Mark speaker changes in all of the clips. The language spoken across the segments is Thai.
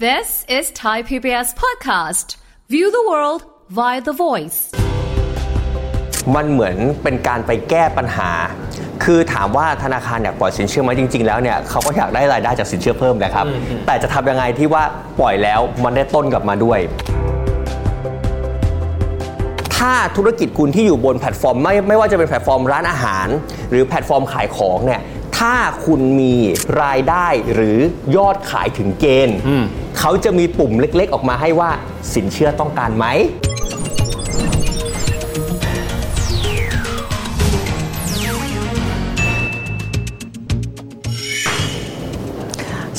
Speaker 1: This is Thai PBS podcast. View the world via the voice.
Speaker 2: มันเหมือนเป็นการไปแก้ปัญหา คือถามว่าธนาคารเนี่ยปล่อยสินเชื่อไหมจริง ๆ แล้วเนี่ยเขาก็อยากได้รายได้จากสินเชื่อเพิ่มนะครับ แต่จะทำยังไงที่ว่าปล่อยแล้วมันได้ต้นกลับมาด้วย ถ้าธุรกิจคุณที่อยู่บนแพลตฟอร์มไม่ไม่ว่าจะเป็นแพลตฟอร์มร้านอาหาร หรือแพลตฟอร์มขายของเนี่ยถ้าคุณมีรายได้หรือยอดขายถึงเกณฑ์เขาจะมีปุ่มเล็ก ๆ ออกมาให้ว่าสินเชื่อต้องการไหม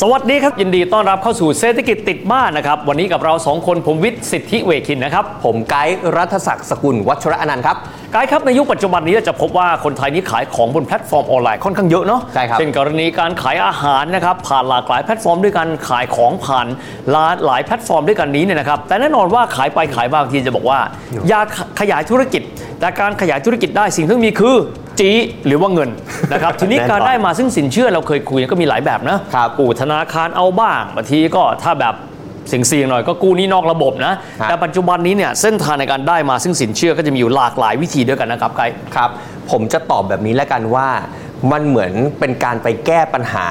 Speaker 3: สวัสดีครับ ยินดีต้อนรับเข้าสู่เศรษฐกิจติดบ้านนะครับ วันนี้กับเรา 2 คนผมวิทย์สิทธิเวคินนะครับ
Speaker 2: ผมไกด์รัฐศักดิ์สกุลวัชระอนันต์ครับ
Speaker 3: กายครับในยุคปัจจุบันนี้เราจะพบว่าคนไทยนี้ขายของบนแพลตฟอร์มออนไลน์ค่อนข้างเยอะเนาะ
Speaker 2: ใช่ครับ
Speaker 3: เช่นกรณีการขายอาหารนะครับผ่านหลากหลายแพลตฟอร์มด้วยกันขายของผ่านหลายหลายแพลตฟอร์มด้วยกันนี้เนี่ยนะครับแต่แน่นอนว่าขายไปขายมาบางทีจะบอกว่า อยากขยายธุรกิจ แต่การขยายธุรกิจได้สิ่งที่ต้องมีคือจีหรือว่าเงิน นะครับทีนี้การได้มาซึ่งสินเชื่อเราเคยคุยก็มีหลายแบบนะ
Speaker 2: ครับ
Speaker 3: กู้ธนาคารเอาบ้างบางทีก็ถ้าแบบเสี่ยงๆหน่อยก็กู้หนี้นอกระบบนะ
Speaker 2: ครับ
Speaker 3: แต่ปัจจุบันนี้เนี่ยเส้นทางในการได้มาซึ่งสินเชื่อก็จะมีอยู่หลากหลายวิธีด้วยกันนะครับไกด์
Speaker 2: ครับ ผมจะตอบแบบนี้แล้วกันว่า มันเหมือนเป็นการไปแก้ปัญหา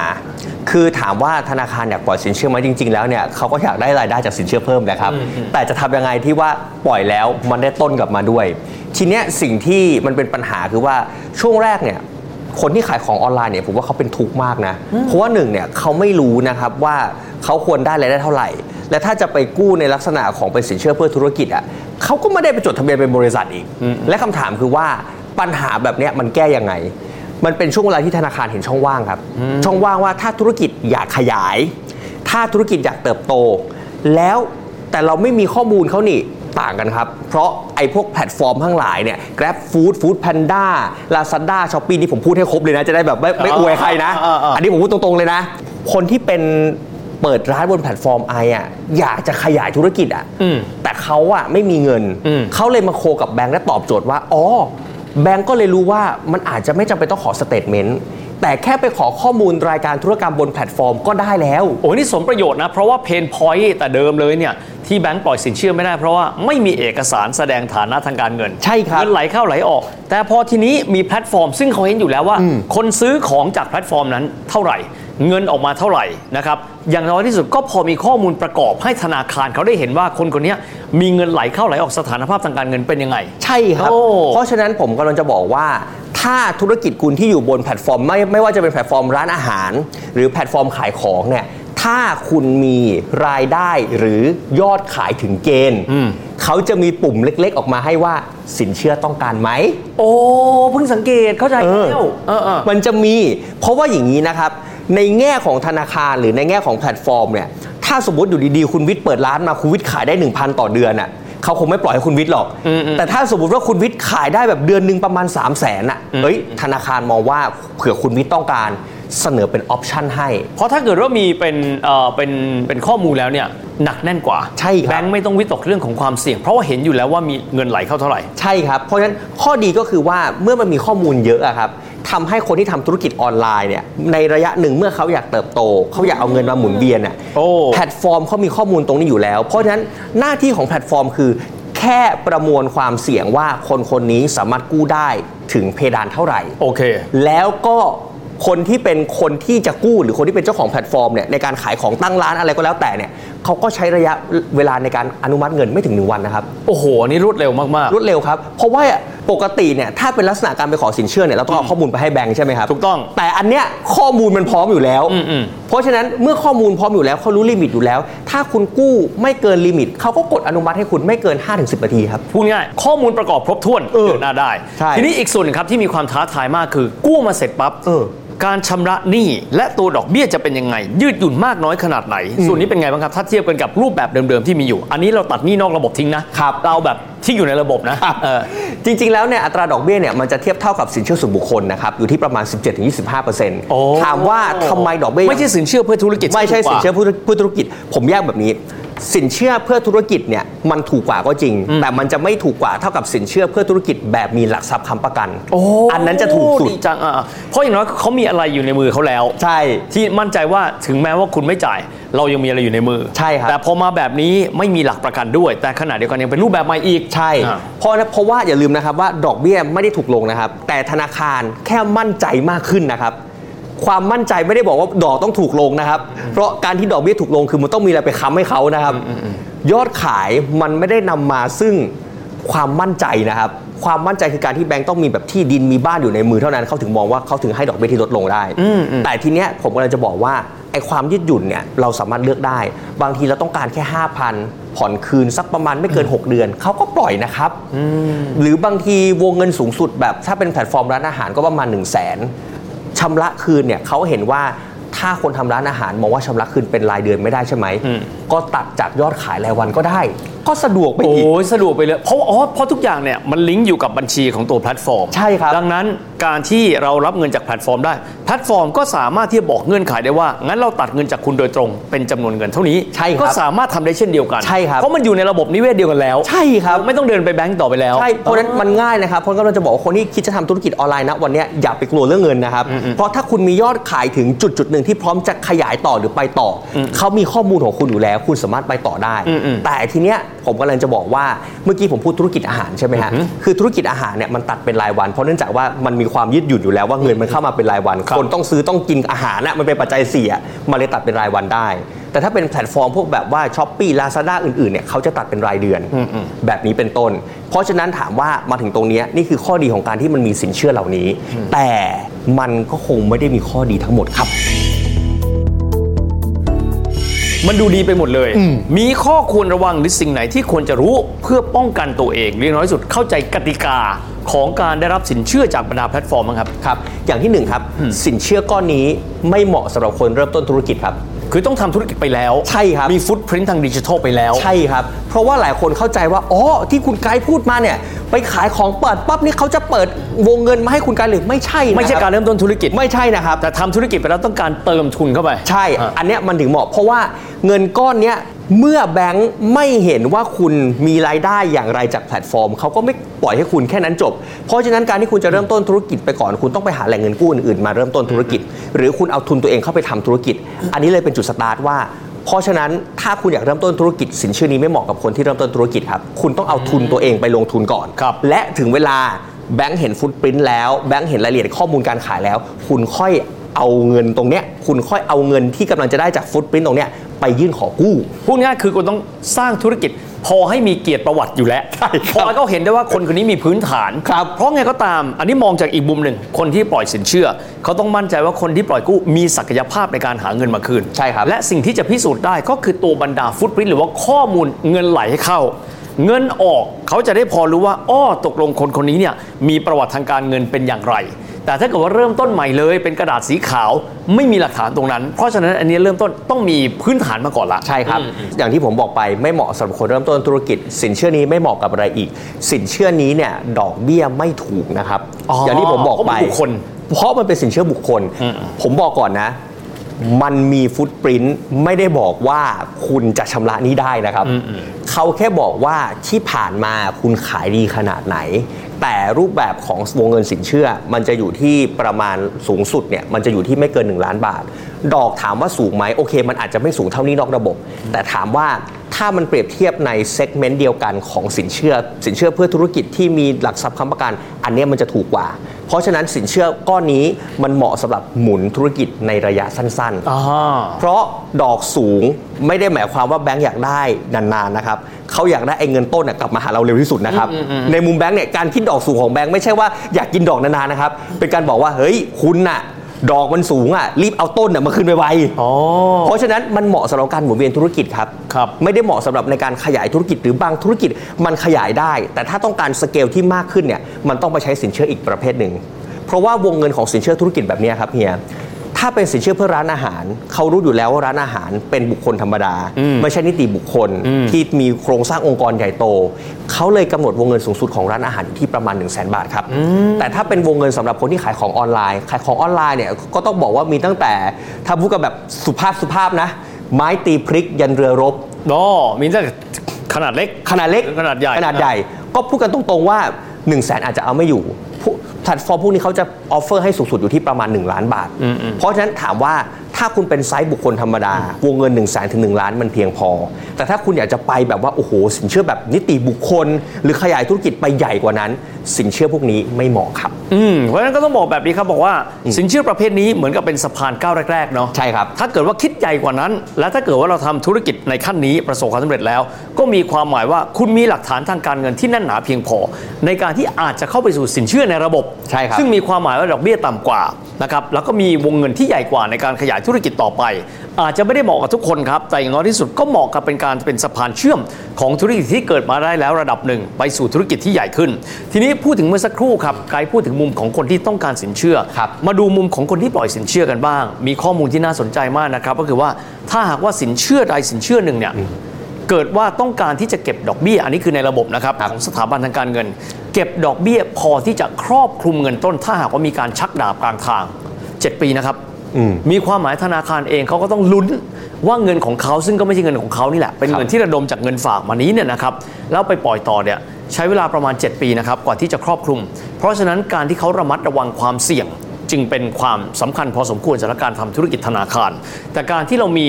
Speaker 2: คือถามว่าธนาคารเนี่ยปล่อยสินเชื่อไหมจริง ๆ แล้วเนี่ยเขาก็อยากได้รายได้จากสินเชื่อเพิ่มนะครับ แต่จะทำยังไงที่ว่าปล่อยแล้วมันได้ต้นกลับมาด้วย ทีเนี้ยสิ่งที่มันเป็นปัญหาคือว่าช่วงแรกเนี่ย คนที่ขายของออนไลน์เนี่ยผมว่าเขาเป็นทุกข์มากนะ เพราะว่าหนึ่งเนี่ยเขาไม่รู้นะครับว่าเขาควรได้รายได้เท่าไหร่ และถ้าจะไปกู้ในลักษณะของเป็นสินเชื่อเพื่อธุรกิจอ่ะเขาก็ไม่ได้ไปจดทะเบียนเป็นบริษัทอีก และคำถามคือว่าปัญหาแบบเนี้ยมันแก้ยังไง มันเป็นช่วงเวลาที่ธนาคารเห็นช่องว่างครับ ช่องว่างว่าถ้าธุรกิจอยากขยาย ถ้าธุรกิจอยากเติบโต แล้วแต่เราไม่มีข้อมูลเขานี่ต่างกันครับ เพราะไอ้พวกแพลตฟอร์มทั้งหลายเนี่ย Grab Food Food Panda Lazada Shopee นี่ผมพูดให้ครบเลยนะ จะได้แบบไม่ไม่อวยใครนะ
Speaker 3: อ่าๆๆ
Speaker 2: อันนี้ผมพูดตรงๆเลยนะ คนที่เป็นเปิดร้านบนแพลตฟอร์มไออ่ะอยากจะขยายธุรกิจอ่ะ
Speaker 3: อืม
Speaker 2: แต่เขาอ่ะไม่มีเงิน
Speaker 3: อืม
Speaker 2: เขาเลยมาโคกับแบงค์และตอบโจทย์ว่า อ๋อ แบงค์ก็เลยรู้ว่ามันอาจจะไม่จำเป็นต้องขอสเตทเมนต์แต่แค่ไปขอข้อมูลรายการธุรกรรมบนแพลตฟอร์มก็ได้แล้ว
Speaker 3: โอ้ยนี่สมประโยชน์นะ เพราะว่าเพนพอยต์แต่เดิมเลยเนี่ยที่แบงก์ปล่อยสินเชื่อไม่ได้เพราะว่าไม่มีเอกสารแสดงฐานะทางการเงิน
Speaker 2: ใช่ครับ
Speaker 3: เงินไหลเข้าไหลออก แต่พอทีนี้มีแพลตฟอร์ม ซึ่งเขาเห็นอยู่แล้วว่า คนซื้อของจากแพลตฟอร์มนั้นเท่าไหร่ เงินออกมาเท่าไหร่นะครับอย่างน้อยที่สุดก็พอมีข้อมูลประกอบให้ธนาคารเขาได้เห็นว่าคนคนเนี้ยมีเงินไหลเข้าไหลออกสถานภาพทางการเงินเป็นยังไง
Speaker 2: ใช่ครับ
Speaker 3: โอ้
Speaker 2: เพราะฉะนั้นผมกำลังจะบอกว่า ถ้าธุรกิจคุณที่อยู่บนแพลตฟอร์มไม่ไม่ว่าจะเป็นแพลตฟอร์มร้านอาหาร หรือแพลตฟอร์มขายของเนี่ยถ้าคุณมีรายได้หรือยอดขายถึงเกณฑ์เขาจะมีปุ่มเล็กๆ ออกมาให้ว่าสินเชื่อต้องการไหม
Speaker 3: โอ้เพิ่งสังเกตเข้าใจแล้วเออเออ
Speaker 2: มันจะมี เพราะว่าอย่างนี้นะครับ ในแง่ของธนาคารหรือในแง่ของแพลตฟอร์มเนี่ย ถ้าสมมติอยู่ดีๆ คุณวิทย์เปิดร้านมาคุณวิทย์ขายได้ 1,000 ต่อเดือนอ่ะเขาคงไม่ปล่อยให้คุณวิทย์หรอก แต่ถ้าสมมติว่าคุณวิทย์ขายได้แบบเดือนหนึ่งประมาณ 3 0 0 0 0นอ่ะเอ้ยธนาคารมองว่าเผื่อคุณวิทย์ต้องการเสนอเป็นออปชันให้
Speaker 3: เพราะถ้าเกิดว่ามีเป็นเอ่อเป็นเป็นข้อมูลแล้วเนี่ยหนักแน่นกว่า
Speaker 2: ใช่ครับ
Speaker 3: แบงค์ไม่ต้องวิตกเรื่องของความเสี่ยง เพราะว่าเห็นอยู่แล้วว่ามีเงินไหลเข้าเท่าไหร่
Speaker 2: ใช่ครับ เพราะฉะนั้นข้อดีก็คือว่าเมื่อมันมีข้อมูลเยอะอะครับทำให้คนที่ทำธุรกิจออนไลน์เนี่ยในระยะหนึ่งเมื่อเขาอยากเติบโต เขาอยากเอาเงินมาหมุนเวียนอะ
Speaker 3: โอ้
Speaker 2: แพลตฟอร์มเขามีข้อมูลตรงนี้อยู่แล้ว เพราะฉะนั้นหน้าที่ของแพลตฟอร์มคือ แค่ประมวลความเสี่ยงว่าคนคนนี้สามารถกู้ได้ถึงเพดานเท่าไหร่
Speaker 3: โอเค
Speaker 2: แล้วก็คนที่เป็นคนที่จะกู้หรือคนที่เป็นเจ้าของแพลตฟอร์มเนี่ยในการขายของตั้งร้านอะไรก็แล้วแต่เนี่ยเขาก็ใช้ระยะเวลาในการอนุมัติเงินไม่ถึงหนึ่งวันนะครับ
Speaker 3: โอ้โหอันนี่รวดเร็วมาก
Speaker 2: รวดเร็วครับ เพราะว่าปกติเนี่ยถ้าเป็นลักษณะการไปขอสินเชื่อเนี่ยเราต้องเอาข้อมูลไปให้แบงค์ใช่ไหมครับ
Speaker 3: ถูกต้อง
Speaker 2: แต่อันเนี้ยข้อมูลมันพร้อมอยู่แล้ว
Speaker 3: อืมอืม
Speaker 2: เพราะฉะนั้นเมื่อข้อมูลพร้อมอยู่แล้วเขารู้ลิมิตอยู่แล้ว ถ้าคุณกู้ไม่เกินลิมิตเขาก็กดอนุมัติให้คุณไม่เกิน 5-10นาทีครับ
Speaker 3: ๆพูดง่ายๆข้อมูลประกอบครบถ้วน
Speaker 2: เออ
Speaker 3: ดินหน้าได้
Speaker 2: ใช่
Speaker 3: ทีนี้อีกส่วนหนึ่งครับที่มีความท้าทายมากคือ กู้มาเสร็จปั๊บ
Speaker 2: เออ
Speaker 3: การชำระหนี้และตัวดอกเบี้ยจะเป็นยังไง ยืดหยุ่นมากน้อยขนาดไหน ส่วนนี้เป็นไงบ้างครับถ้าเทียบกันกับรูปแบบเดิมๆที่มีอยู่ อันนี้เราตัดหนี้นอกระบบทิ้งนะครับ เราแบบที่อยู่ในระบบนะเออ
Speaker 2: จริง ๆ แล้วเนี่ยอัตราดอกเบี้ยเนี่ยมันจะเทียบเท่ากับสินเชื่อส่วนบุคคลนะครับอยู่ที่ประมาณ
Speaker 3: โอ้
Speaker 2: 17-25%ถามว่าทำไมดอกเบี้ย
Speaker 3: ไม่ใช่สินเชื่อเพื่อธุรกิจ
Speaker 2: ไม่ใช่สินเชื่
Speaker 3: ถูกกว่า
Speaker 2: อเพื่อเพื่อธุรกิจ ผมแยกแบบนี้ สินเชื่อเพื่อธุรกิจเนี่ยมันถูกกว่าก็จริง แต่มันจะไม่ถูกกว่าเท่ากับสินเชื่อเพื่อธุรกิจแบบมีหลักทรัพย์ค้ำประกันอันนั้นจะถูกสุด
Speaker 3: จังอ่ะเพราะอย่างน้อยเขามีอะไรอยู่ในมือเขาแล้ว
Speaker 2: ใช่
Speaker 3: ที่มั่นใจว่าถึงแม้ว่าคุณไม่จ่าย เรายังมีอะไรอยู่ในมือ
Speaker 2: ใช่ครับ
Speaker 3: แต่พอมาแบบนี้ไม่มีหลักประกันด้วย แต่ขณะเดียวกันยังเป็นรูปแบบใหม่อีก
Speaker 2: ใช่
Speaker 3: อ่า
Speaker 2: เพราะเพราะว่าอย่าลืมนะครับว่าดอกเบี้ยไม่ได้ถูกลงนะครับ แต่ธนาคารแค่มั่นใจมากขึ้นนะครับ ความมั่นใจไม่ได้บอกว่าดอกต้องถูกลงนะครับ เพราะการที่ดอกเบี้ยถูกลงคือมันต้องมีอะไรไปค้ำให้เขานะครับ ยอดขายมันไม่ได้นำมาซึ่งความมั่นใจนะครับ ความมั่นใจคือการที่แบงก์ต้องมีแบบที่ดินมีบ้านอยู่ในมือเท่านั้นเขาถึงมองว่าเขาถึงให้ดอกเบี้ยที่ลดลงได้
Speaker 3: อืมอืม
Speaker 2: แต่ทีเนี้ยผมกำลังจะบอกว่าไอ้ความยืดหยุ่นเนี่ยเราสามารถเลือกได้ บางทีเราต้องการแค่ 5,000 ผ่อนคืนสักประมาณไม่เกิน 6 เดือน เขาก็ปล่อยนะครับหรือบางทีวงเงินสูงสุดแบบถ้าเป็นแพลตฟอร์มร้านอาหารก็ประมาณ 1 0 0 0 0แสนชำระคืนเนี่ยเขาเห็นว่าถ้าคนทำร้านอาหารมองว่าชำระคืนเป็นรายเดือนไม่ได้ใช่ไหม
Speaker 3: อืม
Speaker 2: ก็ตัดจากยอดขายรายวันก็ได้ ก็สะดวกไป
Speaker 3: โอ้
Speaker 2: อีก
Speaker 3: ยสะดวกไปเลยเพราะว่าอ๋อเพราะทุกอย่างเนี่ยมันลิงก์อยู่กับบัญชีของตัวแพลตฟอร์ม
Speaker 2: ใช่ครับ
Speaker 3: ดังนั้นการที่เรารับเงินจากแพลตฟอร์มได้ แพลตฟอร์มก็สามารถที่จะบอกเงื่อนไขได้ว่า งั้นเราตัดเงินจากคุณโดยตรง เป็นจำนวนเงินเท่านี้
Speaker 2: ใช่ครับ
Speaker 3: ก็สามารถทำได้เช่นเดียวกัน
Speaker 2: ใช่ครับ
Speaker 3: เพราะมันอยู่ในระบบนิเวศเดียวกันแล้ว
Speaker 2: ใช่ครับ
Speaker 3: ไม่ต้องเดินไปแบงก์ต่อไปแล้ว
Speaker 2: ใช่ เพราะฉะนั้นมันง่ายนะครับเพราะฉะนั้นเราจะบอกว่าคนที่คิดจะทำธุรกิจออนไลน์นะวันเนี้ยอย่าไปกลัวเรื่องเงินนะครับ เพราะถ้าคุณมียอดขายถึงจุดจุดๆหนึ่งที่พร้อมจะขยายต่อหรือไปต่ออเขามีข้อมูลของคุณอยู่แล้ว คุณสามารถไปต่อได้
Speaker 3: อืมอืม
Speaker 2: แต่ทีเนี้ยผมกำลังจะบอกว่าเมื่อกี้ผมพูดธุรกิจอาหารใช่ไหมฮะคือธุรกิจอาหารเนี่ยมันตัดเป็นรายวัน เพราะเนื่องจากว่ามันมีความยืดหยุ่นอยู่แล้วว่าเงินมันเข้ามาเป็นรายวัน คนต้องซื้อต้องกินอาหารนะมันเป็นปัจจัยเสี่ยมันเลยตัดเป็นรายวันได้ แต่ถ้าเป็นแพลตฟอร์มพวกแบบว่าช้อปปี้ลาซาด้าอื่นๆเนี่ยเขาจะตัดเป็นรายเดือน แบบนี้เป็นต้น เพราะฉะนั้นถามว่ามาถึงตรงเนี้ยนี่คือข้อดีของการที่มันมีสินเชื่อเหล่านี้ แต่มันก็คงไม่ได้มีข้อดีทั้งหมดครับ
Speaker 3: มันดูดีไปหมดเลย มีข้อควรระวังหรือสิ่งไหนที่ควรจะรู้เพื่อป้องกันตัวเองหรือน้อยสุดเข้าใจกติกาของการได้รับสินเชื่อจากบรรดาแพลตฟอร์มบ้างครับ
Speaker 2: ครับ อย่างที่หนึ่งครับสินเชื่อก้อนนี้ไม่เหมาะสำหรับคนเริ่มต้นธุรกิจครับ
Speaker 3: คือต้องทำธุรกิจไปแล้ว
Speaker 2: ใช่ครับ
Speaker 3: มีฟุตพริ้นทางดิจิทัลไปแล้ว
Speaker 2: ใช่ครับ เพราะว่าหลายคนเข้าใจว่าอ๋อที่คุณไกด์พูดมาเนี่ย ไปขายของเปิดปั๊บนี่เขาจะเปิดวงเงินมาให้คุณไกด์หรือไม่ใช่นะครับ
Speaker 3: ไม่ใช่การเริ่มต้นธุรกิจ
Speaker 2: ไม่ใช่นะครับ
Speaker 3: แต่ทำธุรกิจไปแล้วต้องการเติมทุนเข้าไป
Speaker 2: ใช่
Speaker 3: อ่ะ
Speaker 2: อันเนี้ยมันถึงเหมาะ เพราะว่าเงินก้อนเนี้ยเมื่อแบงค์ไม่เห็นว่าคุณมีรายได้อย่างไรจากแพลตฟอร์ม เขาก็ไม่ปล่อยให้คุณแค่นั้นจบ เพราะฉะนั้นการที่คุณจะเริ่มต้นธุรกิจไปก่อน คุณต้องไปหาแหล่งเงินกู้อื่นๆมาเริ่มต้นธุรกิจ หรือคุณเอาทุนตัวเองเข้าไปทำธุรกิจ อันนี้เลยเป็นจุดสตาร์ทว่า เพราะฉะนั้นถ้าคุณอยากเริ่มต้นธุรกิจ สินเชื่อนี้ไม่เหมาะกับคนที่เริ่มต้นธุรกิจครับ คุณต้องเอาทุนตัวเองไปลงทุนก่อน
Speaker 3: ครับ
Speaker 2: และถึงเวลาแบงค์เห็นฟุตปรินต์แล้วแบงค์เห็นรายละเอียดข้อมูลการขายแล้ว คุณค่อยเอาเงินตรงเนี้ยคุณค่อยเอาเงินที่กำลังจะได้จากฟุตปรินต์ตรงเนี้ยไปยื่นขอกู้
Speaker 3: พูดง่ายคือคุณต้องสร้างธุรกิจ พอให้มีเกียรติประวัติอยู่แล้ว
Speaker 2: ใช่ครับ
Speaker 3: พอก็เห็นได้ว่าคนคนนี้มีพื้นฐาน
Speaker 2: ครับ
Speaker 3: เพราะไงก็ตาม อันนี้มองจากอีกมุมหนึ่ง คนที่ปล่อยสินเชื่อ เขาต้องมั่นใจว่าคนที่ปล่อยกู้มีศักยภาพในการหาเงินมาคืน
Speaker 2: ใช่ครับ
Speaker 3: และสิ่งที่จะพิสูจน์ได้ก็คือตัวบรรดาฟุตปรินหรือว่าข้อมูลเงินไหลให้เข้า เงินออกเขาจะได้พอรู้ว่าอ้อตกลงคนคนนี้เนี่ยมีประวัติทางการเงินเป็นอย่างไร แต่ถ้าเกิดว่าเริ่มต้นใหม่เลย เป็นกระดาษสีขาวไม่มีหลักฐานตรงนั้น เพราะฉะนั้นอันนี้เริ่มต้นต้องมีพื้นฐานมาก่อนละ
Speaker 2: ใช่ครับ อย่างที่ผมบอกไปไม่เหมาะสำหรับคนเริ่มต้นธุรกิจ สินเชื่อนี้ไม่เหมาะกับอะไรอีก สินเชื่อนี้เนี่ยดอกเบี้ยไม่ถูกนะครับ
Speaker 3: อ๋ออย่าง
Speaker 2: ที่ผมบอก
Speaker 3: เพราะ
Speaker 2: ไป
Speaker 3: มันบุคคล
Speaker 2: เพราะมันเป็นสินเชื่อบุคคล
Speaker 3: อืม
Speaker 2: ผมบอกก่อนนะ มันมีฟุตปรินต์ไม่ได้บอกว่าคุณจะชำระหนี้ได้นะครับ เขาแค่บอกว่าที่ผ่านมาคุณขายดีขนาดไหน แต่รูปแบบของวงเงินสินเชื่อ มันจะอยู่ที่ประมาณสูงสุดเนี่ยมันจะอยู่ที่ไม่เกิน 1 ล้านบาท ดอกถามว่าสูงไหมโอเค มันอาจจะไม่สูงเท่านี้นอกระบบ แต่ถามว่าถ้ามันเปรียบเทียบในเซกเมนต์เดียวกันของสินเชื่อ สินเชื่อเพื่อธุรกิจที่มีหลักทรัพย์ค้ำประกัน อันเนี้ยมันจะถูกกว่า เพราะฉะนั้นสินเชื่อก้อนนี้มันเหมาะสำหรับหมุนธุรกิจในระยะสั้น ๆ
Speaker 3: อ่า
Speaker 2: เพราะดอกสูงไม่ได้หมายความว่าแบงก์อยากได้นานๆนะครับเขาอยากได้ไอ้เงินต้นเนี่ยกลับมาหาเราเร็วที่สุดนะครับ ในมุมแบงก์เนี่ยการคิดดอกสูงของแบงก์ไม่ใช่ว่าอยากกินดอกนานๆนะครับ เป็นการบอกว่าเฮ้ยคุณน่ะดอกมันสูงอ่ะรีบเอาต้นน่ะมาคืนไวๆ
Speaker 3: อ๋อ
Speaker 2: เพราะฉะนั้นมันเหมาะสำหรับการหมุนเวียนธุรกิจครับ
Speaker 3: ครับ
Speaker 2: ไม่ได้เหมาะสำหรับในการขยายธุรกิจหรือบางธุรกิจมันขยายได้ แต่ถ้าต้องการสเกลที่มากขึ้นเนี่ยมันต้องไปใช้สินเชื่ออีกประเภทหนึ่ง เพราะว่าวงเงินของสินเชื่อธุรกิจแบบเนี้ยครับเฮียถ้าเป็นสินเชื่อเพื่อร้านอาหาร เขารู้อยู่แล้วว่าร้านอาหารเป็นบุคคลธรรมดา ไม่ใช่นิติบุคคลที่มีโครงสร้างองค์กรใหญ่โต เขาเลยกำหนดวงเงินสูงสุดของร้านอาหารอยู่ที่ประมาณ 1 0 0 0 0แบาทครับแต่ถ้าเป็นวงเงินสำหรับคนที่ขายของออนไลน์ ขายของออนไลน์เนี่ยก็ต้องบอกว่ามีตั้งแต่ถ้าพูดกันแบบสุภาพสุภาพนะ ไม้ตีพริกยันเรือรบ
Speaker 3: อ๋อมีตั้งแต่ขนาดเล็ก
Speaker 2: ขนาดเล็ก
Speaker 3: ขนาดใหญ่
Speaker 2: ขนาดใหญ่ ก็พูดกันตรงๆว่า 1 0 0 0 0แสนอาจจะเอาไม่อยู่ผู้แพลตฟอร์มพวกนี้เขาจะออฟเฟอร์ให้สูงสุดอยู่ที่ประมาณ 1 ล้านบาท เพราะฉะนั้นถามว่า ถ้าคุณเป็นไซส์บุคคลธรรมดา วงเงิน1นึ่งแสนถึงหนึ่งล้านมันเพียงพอ แต่ถ้าคุณอยากจะไปแบบว่าโอ้โหสินเชื่อแบบนิติบุคคล หรือขยายธุรกิจไปใหญ่กว่านั้น สินเชื่อพวกนี้ไม่เหมาะครับ
Speaker 3: อืมเพราะฉะนั้นก็ต้องบอกแบบนี้ครับบอกว่าสินเชื่อประเภทนี้เหมือนกับเป็นสะพานก้าวแรกๆเนาะ
Speaker 2: ใช่ครับ
Speaker 3: ถ้าเกิดว่าคิดใหญ่กว่านั้น และถ้าเกิดว่าเราทำธุรกิจในขั้นนี้ประสบความสำเร็จแล้ว ก็มีความหมายว่าคุณมีหลักฐานทางการเงินที่แน่นหนาเพียงพอ ในการที่อาจจะเข้าไปสู่สินเชื่อในระบบ
Speaker 2: ใช่ครับ
Speaker 3: ซึ่งมีความหมายว่าดอกเบี้ยต่ำกว่านะครับแล้วก็มีวงเงินที่ใหญ่กว่าในการขยายธุรกิจต่อไป อาจจะไม่ได้เหมาะกับทุกคนครับ แต่อย่างน้อยที่สุดก็เหมาะกับเป็นการเป็นสะพานเชื่อมของธุรกิจที่เกิดมาได้แล้วระดับหนึ่ง ไปสู่ธุรกิจที่ใหญ่ขึ้น ทีนี้พูดถึงเมื่อสักครู่ครับไกด์พูดถึงมุมของคนที่ต้องการสินเชื่อ
Speaker 2: ครับ
Speaker 3: มาดูมุมของคนที่ปล่อยสินเชื่อกันบ้าง มีข้อมูลที่น่าสนใจมากนะครับ ก็คือว่าถ้าหากว่าสินเชื่อใดสินเชื่อหนึ่งเนี่ยเกิดว่าต้องการที่จะเก็บดอกเบี้ย อันนี้คือในระบบนะครับ
Speaker 2: ครับ
Speaker 3: ของสถาบันทางการเงิน เก็บดอกเบี้ยพอที่จะครอบคลุมเงินต้น ถ้าหากว่ามีการชักดาบกลางทาง 7 ปีนะครับมีความหมายธนาคารเองเขาก็ต้องลุ้นว่าเงินของเขาซึ่งก็ไม่ใช่เงินของเขานี่แหละเป็นเงินที่ระดมจากเงินฝากมานี้เนี่ยนะครับแล้วไปปล่อยต่อเนี่ยใช้เวลาประมาณ 7 ปีนะครับกว่าที่จะครอบคลุม เพราะฉะนั้นการที่เขาระมัดระวังความเสี่ยง จึงเป็นความสำคัญพอสมควรสำหรับการทำธุรกิจธนาคาร แต่การที่เรามี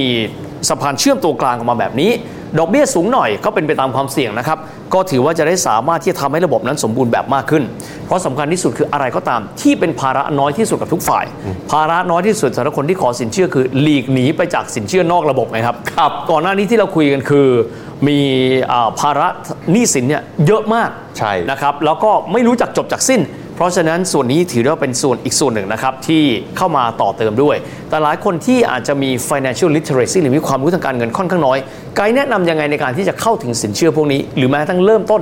Speaker 3: สะพานเชื่อมตัวกลางออกมาแบบนี้ ดอกเบี้ยสูงหน่อยก็เป็นไปตามความเสี่ยงนะครับ ก็ถือว่าจะได้สามารถที่จะทำให้ระบบนั้นสมบูรณ์แบบมากขึ้น เพราะสำคัญที่สุดคืออะไรก็ตามที่เป็นภาระน้อยที่สุดกับทุกฝ่าย ภาระน้อยที่สุดสำหรับคนที่ขอสินเชื่อคือหลีกหนีไปจากสินเชื่อนอกระบบไหมครับครับ ก่อนหน้านี้ที่เราคุยกันคือ มีอ่าภาระหนี้สินเนี่ยเยอะมาก
Speaker 2: ใช่
Speaker 3: นะครับแล้วก็ไม่รู้จักจบจากสิ้น เพราะฉะนั้นส่วนนี้ถือว่าเป็นส่วนอีกส่วนหนึ่งนะครับ ที่เข้ามาต่อเติมด้วย แต่หลายคนที่อาจจะมี financial literacy หรือมีความรู้ทางการเงินค่อนข้างน้อย ไกด์แนะนำยังไงในการที่จะเข้าถึงสินเชื่อพวกนี้ หรือแม้กระทั้งเริ่มต้น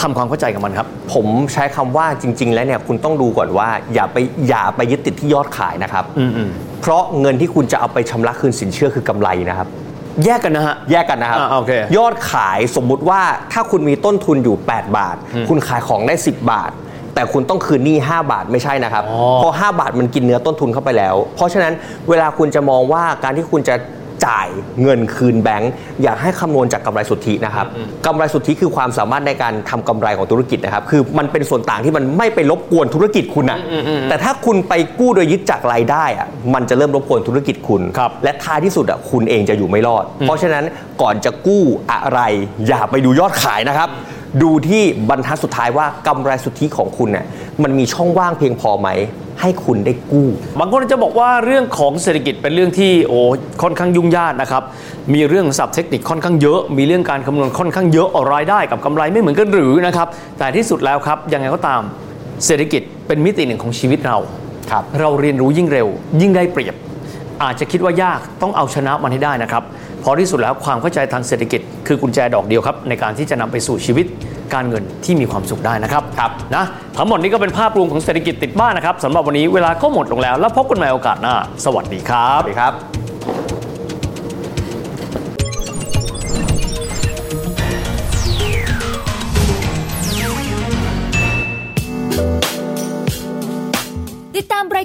Speaker 3: ทำความเข้าใจกับมันครับ
Speaker 2: ผมใช้คำว่าจริง ๆ แล้วเนี่ยคุณต้องดูก่อนว่าอย่าไปอย่าไปยึดติดที่ยอดขายนะครับเพราะเงินที่คุณจะเอาไปชำระคืนสินเชื่อคือกำไรนะครับ
Speaker 3: แยกกันนะฮะ
Speaker 2: แยกกันนะครับ
Speaker 3: อ่าโอเค
Speaker 2: ยอดขายสมมุติว่าถ้าคุณมีต้นทุนอยู่ 8 บาท คุณขายของได้ 10 บาท แต่คุณต้องคืนหนี้5บาทไม่ใช่นะครับ
Speaker 3: อ๋อ
Speaker 2: เพราะ5บาทมันกินเนื้อต้นทุนเข้าไปแล้ว เพราะฉะนั้นเวลาคุณจะมองว่าการที่คุณจะจ่ายเงินคืนแบงก์อยากให้คำนวณจากกำไรสุทธินะครับกำไรสุทธิคือความสามารถในการทำกำไรของธุรกิจนะครับคือมันเป็นส่วนต่างที่มันไม่ไปรบกวนธุรกิจคุณนะแต่ถ้าคุณไปกู้โดยยึดจากรายได้อะมันจะเริ่มรบกวนธุรกิจคุณ
Speaker 3: ครับ
Speaker 2: และท้ายที่สุดอ่ะคุณเองจะอยู่ไม่รอด เพราะฉะนั้นก่อนจะกู้อะไร อย่าไปดูยอดขายนะครับ ดูที่บรรทัดสุดท้ายว่ากำไรสุทธิของคุณเนี่ยมันมีช่องว่างเพียงพอไหม ให้คุณได้กู้
Speaker 3: บางคนจะบอกว่าเรื่องของเศรษฐกิจเป็นเรื่องที่โอ้ค่อนข้างยุ่งยากนะครับ มีเรื่องศัพท์เทคนิคค่อนข้างเยอะ มีเรื่องการคำนวณค่อนข้างเยอะรายได้กับกำไรไม่เหมือนกันหรือนะครับ แต่ที่สุดแล้วครับยังไงก็ตามเศรษฐกิจเป็นมิติหนึ่งของชีวิตเรา
Speaker 2: ครับ
Speaker 3: เราเรียนรู้ยิ่งเร็ว ยิ่งได้เปรียบ อาจจะคิดว่ายากต้องเอาชนะมันให้ได้นะครับเพราะที่สุดแล้วความเข้าใจทางเศรษฐกิจ คือกุญแจดอกเดียวครับ ในการที่จะนำไปสู่ชีวิตการเงินที่มีความสุขได้นะครับครับนะทั้งหมดนี้ก็เป็นภาพรวมของเศรษฐกิจติดบ้านนะครับสำหรับวันนี้เวลาก็หมดลงแล้ว แล้วพบกันใหม่โอกาสหน้า สวัสดีครับ
Speaker 2: สวัสดีครับ
Speaker 4: ติดตามรา